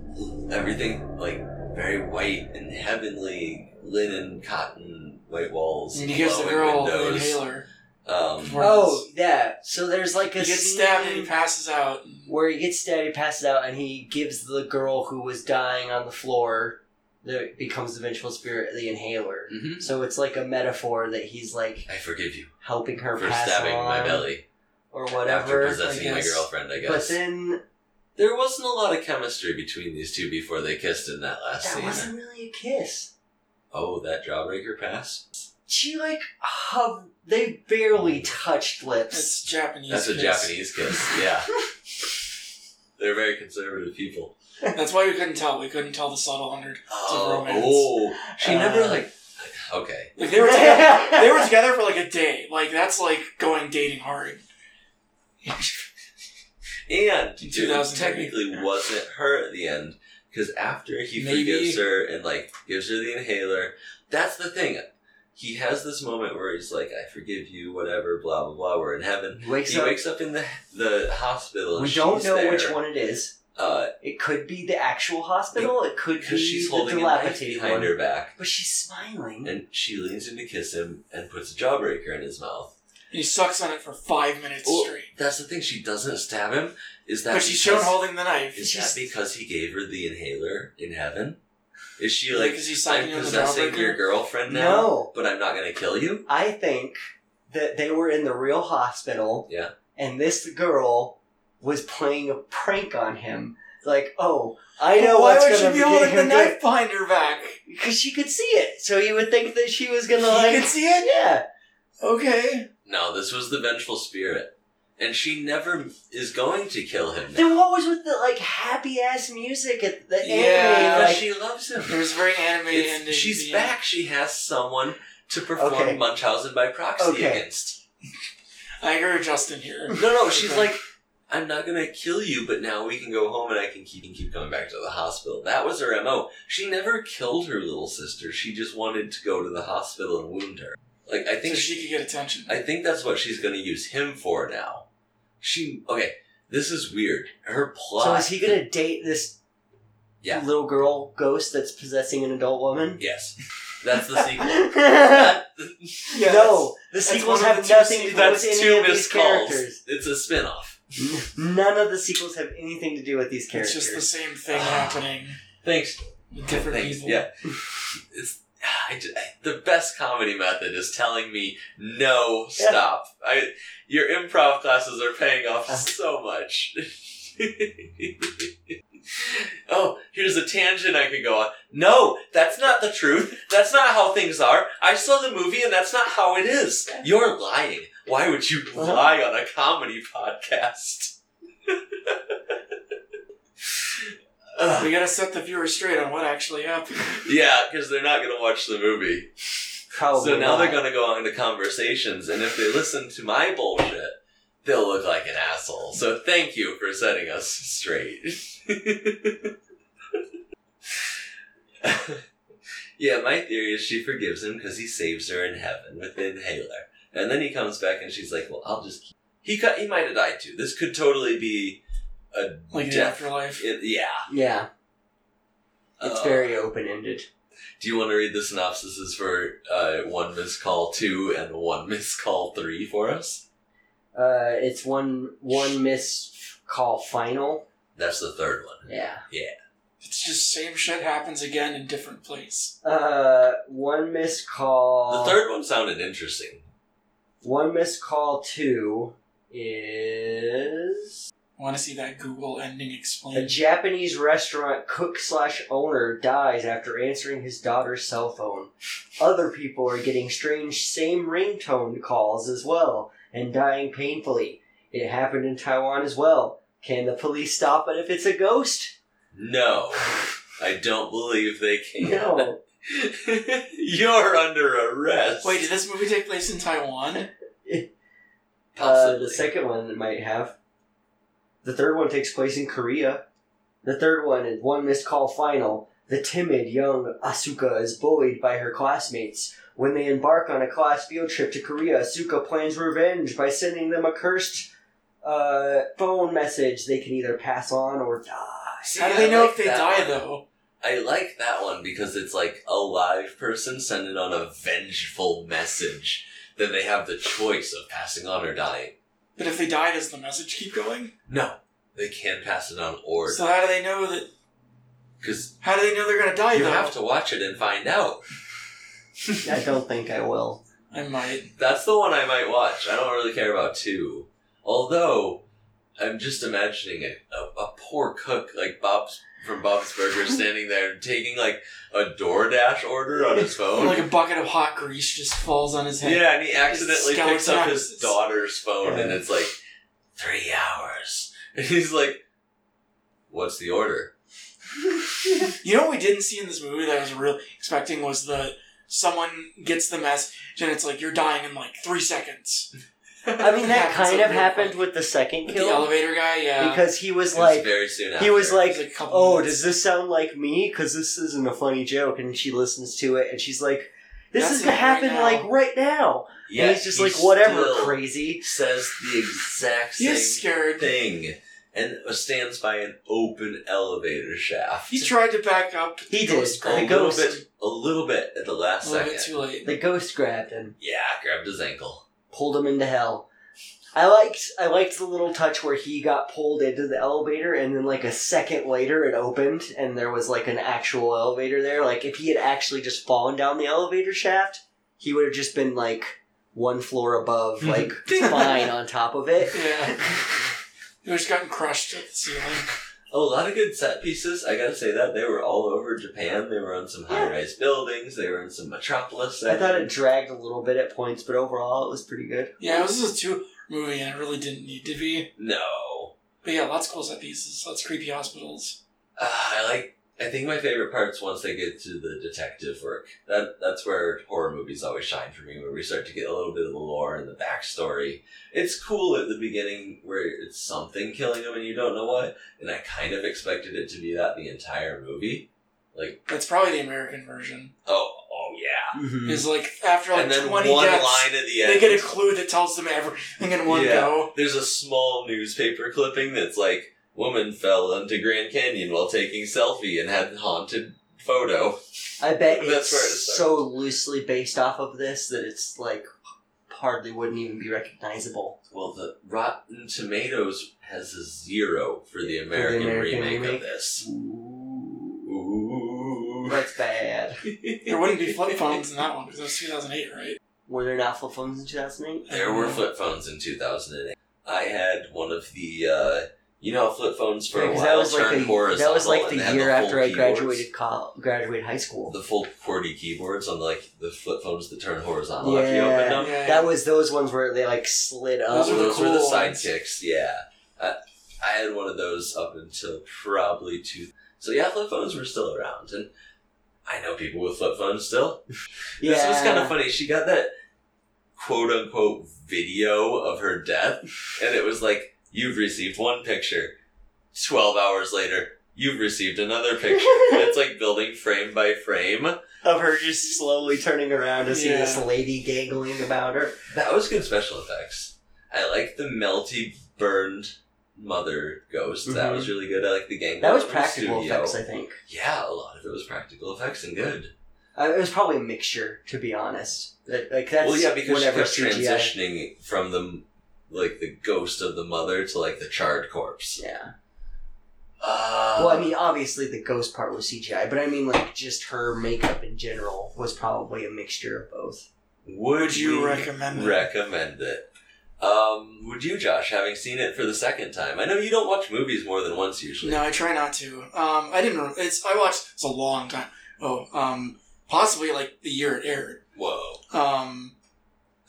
S2: everything like very white and heavenly linen, cotton, white walls,
S1: And he gives the
S2: glowing
S1: girl the
S2: windows.
S1: inhaler.
S2: Um,
S3: Oh yeah, so there's like
S1: He
S3: a
S1: gets
S3: scene
S1: stabbed and he passes out.
S3: where he gets stabbed, he passes out, and he gives the girl who was dying on the floor that becomes the vengeful spirit the inhaler.
S2: mhm.
S3: So it's like a metaphor that he's like
S2: I forgive you
S3: helping her
S2: for
S3: pass
S2: stabbing
S3: on
S2: my belly
S3: or
S2: after
S3: whatever.
S2: possessing my
S1: guess.
S2: girlfriend. I
S3: But
S2: guess
S3: then
S2: there wasn't a lot of chemistry between these two before they kissed in that last
S3: that
S2: scene.
S3: wasn't really a kiss.
S2: Oh, that jawbreaker pass.
S3: She like hub. They barely touched lips.
S1: It's Japanese.
S2: That's a
S1: kiss.
S2: Japanese kiss. Yeah, they're very conservative people.
S1: That's why we couldn't tell. We couldn't tell the subtle under.
S2: Oh,
S1: romance.
S2: oh. she
S3: Uh,
S2: never like. Okay,
S1: Like they were together. they were together for like a day. Like that's like going dating hard.
S2: And
S1: In
S2: it
S1: 2003.
S2: technically wasn't her at the end because after he
S1: Maybe.
S2: forgives her and like gives her the inhaler, that's the thing. He has this moment where he's like, "I forgive you," whatever, blah blah blah. We're in heaven.
S3: He wakes
S2: He
S3: up.
S2: wakes up in the the hospital. And
S3: we don't
S2: she's
S3: know
S2: there,
S3: which one it is.
S2: Uh,
S3: It could be the actual hospital. It could be
S2: because she's
S3: the
S2: holding a knife
S3: dilapidated
S2: behind
S3: one.
S2: her back,
S3: But she's smiling.
S2: and she leans in to kiss him and puts a jawbreaker in his mouth.
S1: He sucks on it for five minutes
S2: Well,
S1: straight.
S2: That's the thing. She doesn't stab him. Is that
S1: But she's shown
S2: because-
S1: holding the knife.
S2: Is
S1: She's-
S2: that because he gave her the inhaler in heaven? Is she
S1: Is it
S2: like,
S1: because he's
S2: I'm
S1: sucking on the
S2: possessing
S1: jawbreaker?
S2: your girlfriend now,
S3: No.
S2: but I'm not gonna kill you?
S3: I think that they were in the real hospital.
S2: Yeah.
S3: And this girl was playing a prank on him. Like, oh, I know
S1: why
S3: what's
S1: would she
S3: gonna
S1: be
S3: get
S1: holding the
S3: him
S1: knife behind her back?
S3: Because she could see it, so you would think that she was gonna
S1: You
S3: like.
S1: can see it.
S3: Yeah.
S1: Okay.
S2: No, this was the vengeful spirit. And she never is going to kill him now.
S3: Then what was with the like happy ass music at the
S1: Yeah,
S3: anime?
S2: Because
S3: Like,
S2: she loves him.
S1: It was a very animated
S2: It's-
S1: ending.
S2: she's
S1: scene.
S2: back. She has someone to perform
S3: Okay.
S2: Munchausen by proxy
S3: Okay.
S2: against.
S1: I agree with Justin here.
S2: No, no, she's
S1: Okay.
S2: like, I'm not gonna kill you, but now we can go home and I can keep keep going back to the hospital. That was her MO. She never killed her little sister. She just wanted to go to the hospital and wound her. Like I think
S1: so she could get attention.
S2: I think that's what she's gonna use him for now. She okay, this is weird. Her plot
S3: so is he gonna date this
S2: Yeah.
S3: little girl ghost that's possessing an adult woman?
S2: Yes. That's the sequel.
S1: Yeah,
S3: no, the
S1: that's
S3: sequels
S1: one of
S3: have
S1: the two
S3: nothing to
S1: sequels.
S3: do with
S2: That's
S3: any
S2: two
S3: of these
S2: missed calls.
S3: characters.
S2: It's a spin-off.
S3: None of the sequels have anything to do with these
S1: that's-
S3: characters.
S1: it's just the same thing happening
S2: Thanks.
S1: with different
S2: Ah. Thanks,
S1: people.
S2: Yeah, it's I ju- the best comedy method is telling me no,
S3: Yeah.
S2: stop. I your improv classes are paying off
S3: Uh-huh.
S2: so much. oh, here's a tangent I could go on. No, that's not the truth. That's not how things are. I saw the movie, and that's not how it is. You're lying. Why would you
S3: Uh-huh.
S2: lie on a comedy podcast? Ugh.
S1: We gotta set the viewer straight on what actually happened.
S2: Yeah, because they're not going to watch the movie.
S3: Probably
S2: so now they're
S3: not.
S2: going to go on to conversations, and if they listen to my bullshit, they'll look like an asshole. So thank you for setting us straight. yeah, my theory is she forgives him because he saves her in heaven with the inhaler. And then he comes back and she's like, well, I'll just keep. He, cut, he might have died too. This could totally be a
S1: Like the
S2: death.
S1: afterlife.
S2: It, yeah.
S3: Yeah, it's
S2: Uh,
S3: very open ended.
S2: Do you want to read the synopsises for uh, One Miss Call 2 and One Miss Call 3 for us?
S3: Uh, it's one one miss call final.
S2: That's the third one.
S3: Yeah.
S1: It's just same shit happens again in different place.
S3: Uh, one missed call.
S2: The third one sounded interesting.
S3: One missed call two is
S1: Want to see that Google ending
S3: a
S1: explained?
S3: Japanese restaurant cook slash owner dies after answering his daughter's cell phone. Other people are getting strange same ringtone calls as well and dying painfully. It happened in Taiwan as well. Can the police stop it if it's a ghost?
S2: No, I don't believe they can.
S3: No.
S2: You're under arrest.
S1: Wait, did this movie take place in Taiwan?
S3: Uh, the
S2: Possibly.
S3: second one might have. The third one takes place in Korea. The third one is one missed call final. The timid young Asuka is bullied by her classmates. When they embark on a class field trip to Korea, Asuka plans revenge by sending them a cursed uh, phone message they can either pass on or die.
S2: See,
S1: How do
S2: I
S1: they know
S2: like
S1: if they
S2: that
S1: die
S2: one.
S1: though?
S2: I like that one because it's like a live person sending on a vengeful message. Then they have the choice of passing on or dying.
S1: But if they die, does the message keep going?
S2: No, they can pass it on or
S1: So how do they know that?
S2: because
S1: How do they know they're gonna die
S2: You
S1: though?
S2: have to watch it and find out.
S3: I don't think I will.
S1: I might.
S2: That's the one I might watch. I don't really care about two. Although, I'm just imagining a, a, a poor cook like Bob's from Bob's Burgers standing there taking like a DoorDash order on his phone.
S1: Like a bucket of hot grease just falls on his head.
S2: Oh. yeah, and he accidentally
S1: skeleton
S2: picks up his
S1: axes.
S2: daughter's phone and it's like, three hours. And he's like, what's the order?
S1: You know what we didn't see in this movie that I was really expecting was the someone gets the message and it's like you're dying in like three seconds.
S3: I mean, that
S1: Happens
S3: kind
S1: in
S3: of
S1: real
S3: happened
S1: life.
S3: with the second
S1: With the
S3: kill
S1: elevator guy. Yeah,
S3: because he was
S2: It was
S3: like,
S2: very soon
S3: he was
S2: after.
S1: It was
S3: like,
S1: a couple
S3: "Oh,
S1: minutes.
S3: does this sound like me? Because this isn't a funny joke." And she listens to it, and she's like, "This
S1: That's
S3: is gonna
S1: it right
S3: happen
S1: now."
S3: like right now."
S2: yeah,
S3: and he's just
S2: he
S3: like, "Whatever,
S2: still
S3: crazy."
S2: Says the exact
S1: He
S2: same
S1: is scared.
S2: thing, and stands by an open elevator shaft.
S1: He tried to back up.
S3: He
S1: It
S3: did.
S1: was
S2: a
S3: The
S1: great.
S2: little
S3: ghost.
S2: bit, a little bit at the
S1: A
S2: last
S3: Oh,
S1: little
S2: second.
S1: bit oh, too late.
S3: The ghost grabbed him,
S2: Yeah, grabbed his ankle.
S3: pulled him into hell. I liked I liked the little touch where he got pulled into the elevator, and then like a second later, it opened, and there was like an actual elevator there. Like if he had actually just fallen down the elevator shaft, he would have just been like one floor
S1: Mm-hmm.
S3: above, like fine on top of it.
S1: Yeah. He was gotten crushed at the ceiling.
S2: A lot of good set pieces. I gotta say that they were all over Japan. They were on some
S3: Yeah.
S2: high-rise buildings. They were in some metropolis.
S3: I thought it dragged a little bit at points, but overall it was pretty good.
S1: Yeah, this is a two movie, and it really didn't need to be.
S2: no.
S1: But yeah, lots of cool set pieces, lots of creepy hospitals.
S2: Uh, I like. I think my favorite part's once they get to the detective work. That that's where horror movies always shine for me. Where we start to get a little bit of the lore and the backstory. It's cool at the beginning where it's something killing them and you don't know what. And I kind of expected it to be that the entire movie. Like
S1: That's probably the American version.
S2: oh oh yeah.
S3: Mm-hmm.
S1: Is like after like
S2: and then one
S1: twenty deaths,
S2: line at the end.
S1: they get a clue that tells them everything in one
S2: Yeah.
S1: go.
S2: There's a small newspaper clipping that's like, woman fell into Grand Canyon while taking selfie and had haunted photo.
S3: I bet
S2: That's
S3: it's
S2: where it starts.
S3: so loosely based off of this that it's like hardly wouldn't even be recognizable.
S2: Well, the Rotten Tomatoes has a zero for the American,
S3: American
S2: remake,
S3: remake?
S2: of this.
S3: Ooh,
S2: Ooh.
S3: that's bad.
S1: There wouldn't be flip phones in that one because that was two thousand eight, right?
S3: Were there not flip phones in two thousand eight?
S2: There were flip phones in 2008. I had one of the, uh, you know, how flip phones for a while
S3: that was like
S2: turned
S3: the,
S2: horizontal.
S3: that was like
S2: and
S3: the
S2: they had
S3: year
S2: full
S3: after I
S2: keyboards.
S3: graduated col- graduated high school.
S2: The full QWERTY keyboards on like the flip phones that turn horizontal after you
S3: Yeah.
S2: open them.
S1: Yeah,
S3: That was those ones where they like slid up.
S1: Those were the
S2: Oh, those were the
S1: cool ones.
S2: sidekicks. Yeah, I, I had one of those up until probably two. So yeah, flip phones were still around, and I know people with flip phones still.
S3: yeah,
S2: This was kind of funny. She got that quote unquote video of her death, and it was like you've received one picture. Twelve hours later, you've received another picture. And it's like building frame by frame.
S3: of her just slowly turning around to see
S1: Yeah.
S3: this lady gangling about her.
S2: That was good special effects. I like the melty burned mother ghost. That
S3: Mhm.
S1: Mm-hmm.
S2: was really good. I like the gang.
S3: That was
S2: in the
S3: practical
S2: studio.
S3: effects, I think.
S2: Yeah, a lot of it was practical effects and good.
S3: Uh, it was probably a mixture, to be honest. Like, like that's
S2: well, yeah, because she
S3: whatever
S2: kept
S3: CGI.
S2: transitioning from the like the ghost of the mother to like the charred corpse.
S3: Yeah.
S2: Uh,
S3: Well, I mean, obviously the ghost part was CGI, but I mean, like just her makeup in general was probably a mixture of both.
S1: Would you
S2: we
S1: recommend it?
S2: recommend it? Um, would you, Josh, having seen it for the second time? I know you don't watch movies more than once usually.
S1: No, I try not to. Um, I didn't. rem- It's I watched. It's a long time. Oh, um, possibly like the year it aired.
S2: Whoa.
S1: Um,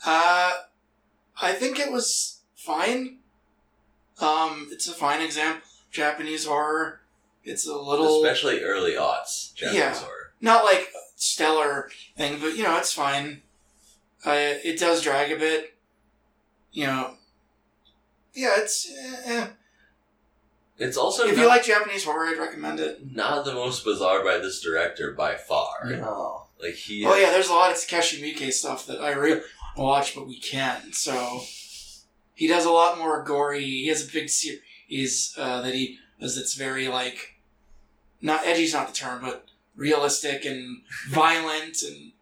S1: uh, I think it was fine. Um, it's a fine example. Japanese horror. It's a little
S2: Especially early aughts, Japanese
S1: Yeah.
S2: horror.
S1: not like stellar thing, but you know it's fine. Uh, it does drag a bit. You know. Yeah, it's. Eh, eh.
S2: It's also
S1: If
S2: not,
S1: you like Japanese horror, I'd recommend it.
S2: not the most bizarre by this director by far.
S3: No.
S2: Like he,
S1: Oh yeah, there's a lot of Takeshi Miike stuff that I really wanna watch, but we can't. So he does a lot more gory. He has a big series uh, that he does that's very like not edgy's not the term, but realistic and violent and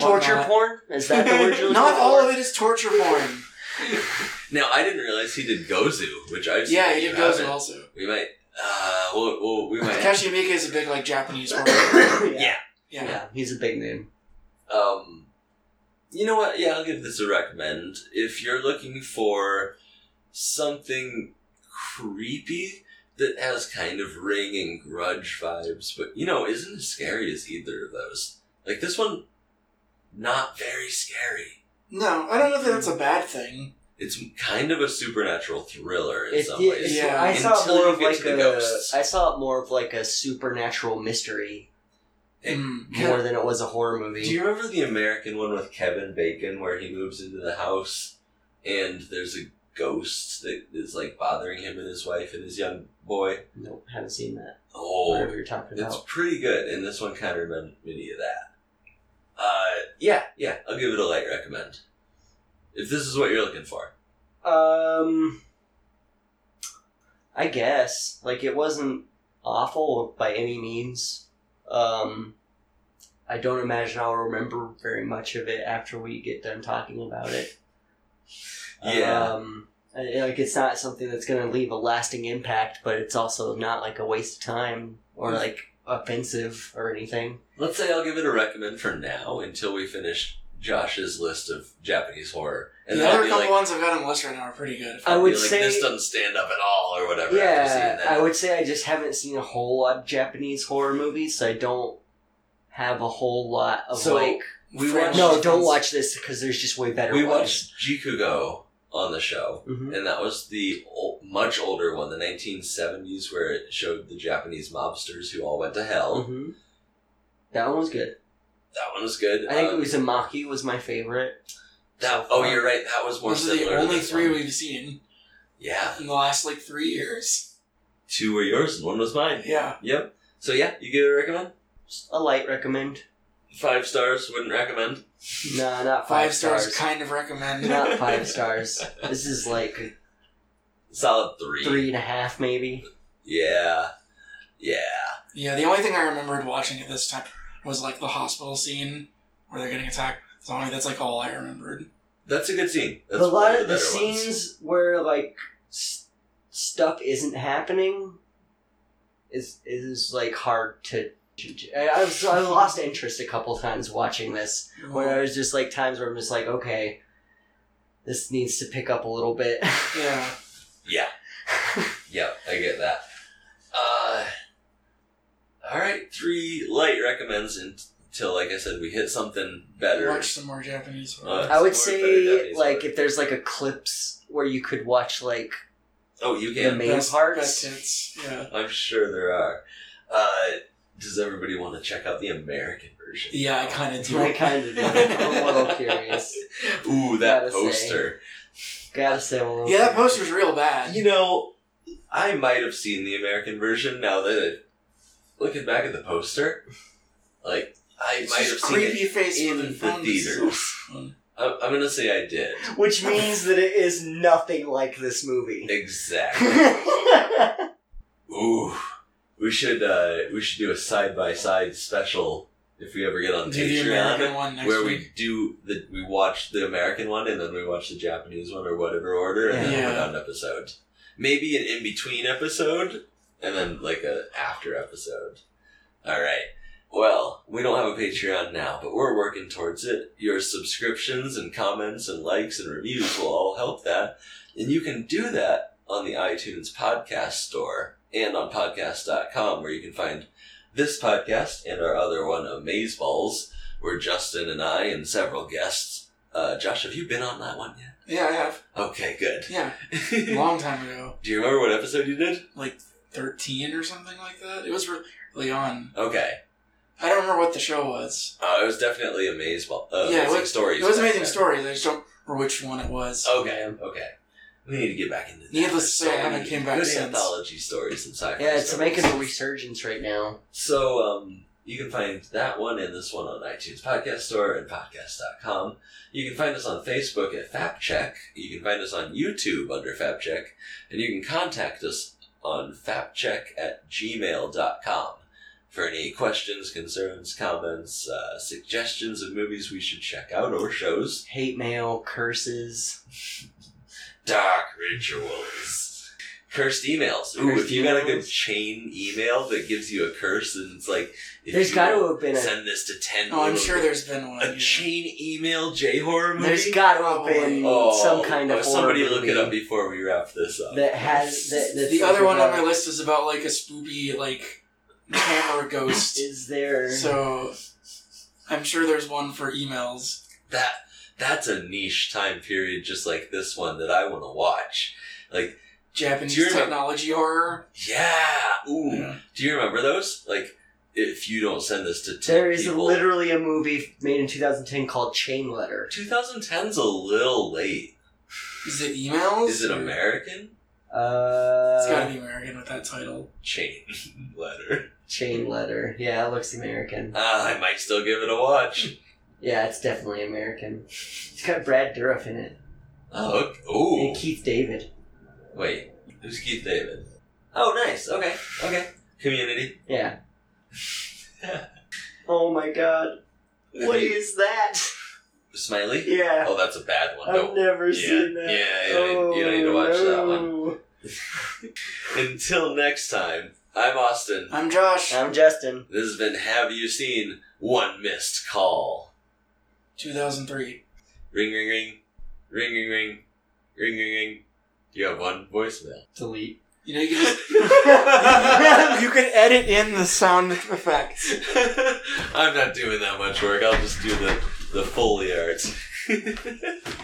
S3: Torture
S1: whatnot.
S3: porn? Is that the word you're
S1: Not all of it is torture porn.
S2: Now I didn't realize he did Gozu, which I've seen.
S1: yeah,
S2: that
S1: he
S2: you
S1: did Gozu
S2: haven't.
S1: also.
S2: We might. Uh, well, well, we might.
S1: Takeshi Miike is a big like Japanese horror.
S3: yeah.
S2: Yeah.
S1: Yeah.
S3: yeah. he's a big name.
S2: Um, you know what? Yeah, I'll give this a recommend. If you're looking for something creepy that has kind of ring and grudge vibes, but you know, isn't as scary as either of those. Like this one, not very scary.
S1: No, I don't know if that's a bad thing.
S2: It's kind of a supernatural thriller in
S3: It,
S2: some
S3: it,
S2: ways.
S1: yeah.
S3: I saw it
S2: Until
S3: more
S2: you
S3: of
S2: get
S3: like
S2: to the
S3: a. I
S2: ghosts.
S3: saw it more of like a supernatural mystery
S2: It-
S1: Mm.
S3: more than it was a horror
S2: Do
S3: movie.
S2: you remember the American one with Kevin Bacon where he moves into the house and there's a ghost that is like bothering him and his wife and his young boy.
S3: Nope, haven't seen that.
S2: Oh,
S3: Whatever you're talking
S2: it's
S3: about.
S2: pretty good, and this one kind of reminded me of that. Uh, yeah, yeah, I'll give it a light recommend. If this is what you're looking for,
S3: Um, I guess like it wasn't awful by any means. Um, I don't imagine I'll remember very much of it after we get done talking about it.
S2: Yeah.
S3: Um, I- like it's not something that's going to leave a lasting impact, but it's also not like a waste of time or like offensive or anything.
S2: let's say I'll give it a recommend for now until we finish Josh's list of Japanese horror, and
S1: the
S2: then I'll
S1: other
S2: be
S1: couple
S2: like,
S1: ones I've got on the list right now are pretty good.
S3: I
S2: I'll
S3: would
S2: be like,
S3: say
S2: this doesn't stand up at all, or whatever. after seeing
S3: Yeah,
S2: that.
S3: I would say I just haven't seen a whole lot of Japanese horror movies, so I don't have a whole lot of
S2: So,
S3: like.
S2: we
S1: Franchise
S2: watched-
S3: No, don't
S1: ones.
S3: watch this because there's just way better.
S2: We
S3: ones.
S2: watched Jikugo on the show,
S3: Mhm.
S2: and that was the ol much older one, the 1970s, where it showed the Japanese mobsters who all went to hell.
S3: Mhm. That one was good.
S2: That one was good.
S3: I think
S2: Um,
S3: it was Uzumaki was my favorite.
S2: that. Oh, you're right. That was more
S1: Those are
S2: similar.
S1: the
S2: to
S1: only
S2: this
S1: three
S2: one.
S1: we've seen
S2: Yeah,
S1: in the last like three years.
S2: two were yours and one was mine.
S1: Yeah.
S2: Yep. So yeah, you give it a recommend.
S3: Just a light recommend.
S2: Five stars. Wouldn't recommend.
S3: Nah, not
S1: Five,
S3: five,
S1: stars, kind of recommend.
S3: not five stars. This is like
S2: Solid three.
S3: three and a half, maybe.
S2: Yeah. Yeah.
S1: Yeah, the only thing I remembered watching at this time was like the hospital scene where they're getting attacked. That's only that's like all I remembered.
S2: That's a good scene. That's
S3: a
S2: one
S3: lot of the
S2: better ones.
S3: scenes where like s- stuff isn't happening is is like hard to. I, I was I lost interest a couple times watching this. Where I was just like times where I'm just like, okay, this needs to pick up a little bit.
S1: Yeah.
S2: Yeah. yeah, I get that. Uh, all right, three light recommends un- until, like I said, we hit something better.
S1: Watch some more Japanese horror.
S2: Uh,
S3: I would
S2: Explore better
S3: say
S2: Japanese
S3: like
S2: horror.
S3: if there's like a clips where you could watch like
S2: oh, you
S3: the
S2: can.
S3: main parts.
S1: Best hits. Yeah.
S2: I'm sure there are. Uh, does everybody want to check out the American version?
S1: Yeah, I kind of do.
S3: I kind of I'm a little curious.
S2: Ooh, that
S3: Gotta say.
S2: poster.
S3: Gotta say, I'm a little
S1: Yeah, that
S3: curious.
S1: poster's real bad.
S2: You know, I might have seen the American version now that it, looking back at the poster, like, I
S1: It's
S2: might have
S1: just
S2: seen it.
S1: creepy face
S2: in
S1: with a
S2: the
S1: phone.
S2: theaters. I- I'm gonna say I did.
S3: Which means that it is nothing like this movie.
S2: Exactly. Ooh, we should uh, we should do a side by side special if we ever get on
S1: Do the American
S2: Patreon,
S1: one next
S2: where
S1: week.
S2: we do the we watch the American one and then we watch the Japanese one or whatever order, and then
S1: Yeah.
S2: put out an episode. Maybe an in between episode, and then like a after episode. All right. Well, we don't have a Patreon now, but we're working towards it. Your subscriptions and comments and likes and reviews will all help that. And you can do that on the iTunes podcast store and on podcast.com where you can find this podcast and our other one, Amazeballs, where Justin and I and several guests. Uh, Josh, have you been on that one yet?
S1: Yeah, I have.
S2: Okay, good.
S1: Yeah, a
S2: do
S1: long time ago,
S2: you remember what episode you did?
S1: thirteen or something like that. It was really on.
S2: Okay.
S1: I don't remember what the show was.
S2: Uh, it was definitely Amazeball.
S1: Yeah,
S2: Uh,
S1: it
S2: amazing
S1: was-
S2: stories.
S1: It was
S2: back
S1: amazing
S2: then.
S1: stories. I just don't remember which one it was.
S2: Okay, okay. We need to get back into that.
S1: Needless to
S2: There's
S1: say, I haven't
S2: many
S1: came back
S2: good
S1: since.
S2: anthology stories and sci-fi.
S3: yeah, it's
S2: stories.
S3: making a resurgence right now.
S2: So um, you can find that one and this one on iTunes Podcast Store and podcast.com. You can find us on Facebook at FapCheck. You can find us on YouTube under FapCheck. And you can contact us on FapCheck at gmail.com for any questions, concerns, comments, uh, suggestions of movies we should check out or shows.
S3: Hate mail, curses.
S2: dark rituals. Cursed emails. Ooh,
S3: Cursed
S2: if you got a good
S3: emails.
S2: chain email that gives you a curse, and it's like, if
S3: There's
S2: you
S3: got to have been a.
S2: send this to ten.
S1: Oh, I'm
S2: little-
S1: sure there's been one.
S2: a
S1: yeah.
S2: chain email J horror movie.
S3: There's got to have been
S2: oh,
S3: some kind of
S2: oh,
S3: horror
S2: somebody look
S3: movie
S2: it up before we wrap this up.
S3: that has that. That's
S1: The other one on my
S3: about-
S1: list is about like a spooky like camera ghost.
S3: is there.
S1: So I'm sure there's one for emails.
S2: that that's a niche time period, just like this one that I want to watch. Like,
S1: Japanese
S2: Do you remember- Hmm.
S1: technology horror.
S2: yeah. Ooh,
S1: Yeah.
S2: do you remember those? Like, if you don't send this to ten
S3: there is
S2: people,
S3: literally a movie made in 2010 called Chain Letter.
S2: 2010's a little late.
S1: Is it emails?
S2: Is it
S1: or-
S2: American?
S3: Uh,
S1: It's gotta be American with that title.
S2: Chain letter.
S3: chain letter. Yeah, it looks American.
S2: Ah, I might still give it a watch.
S3: Yeah, it's definitely American. It's got Brad Dourif in it
S2: Oh, okay. ooh.
S3: and Keith David.
S2: Wait, who's Keith David? Oh, nice. Okay, okay. Community.
S3: Yeah. oh my god. What
S2: Hey,
S3: is that?
S2: Smiley?
S3: Yeah.
S2: Oh, that's a bad one.
S3: I've
S2: Nope.
S3: never
S2: Yeah,
S3: seen that.
S2: yeah, you don't need- you don't need to
S3: Oh,
S2: watch that one.
S3: no. Oh.
S2: Until next time, I'm Austin.
S1: I'm Josh.
S2: Uh,
S3: I'm Justin.
S2: This has been Have You Seen One Missed Call?
S1: 2003.
S2: Ring, ring, ring. Ring, ring, ring. Ring, ring, ring. You have one voicemail.
S3: Delete.
S1: You know, you can just. you can edit in the sound effects.
S2: I'm not doing that much work. I'll just do the, the Foley arts.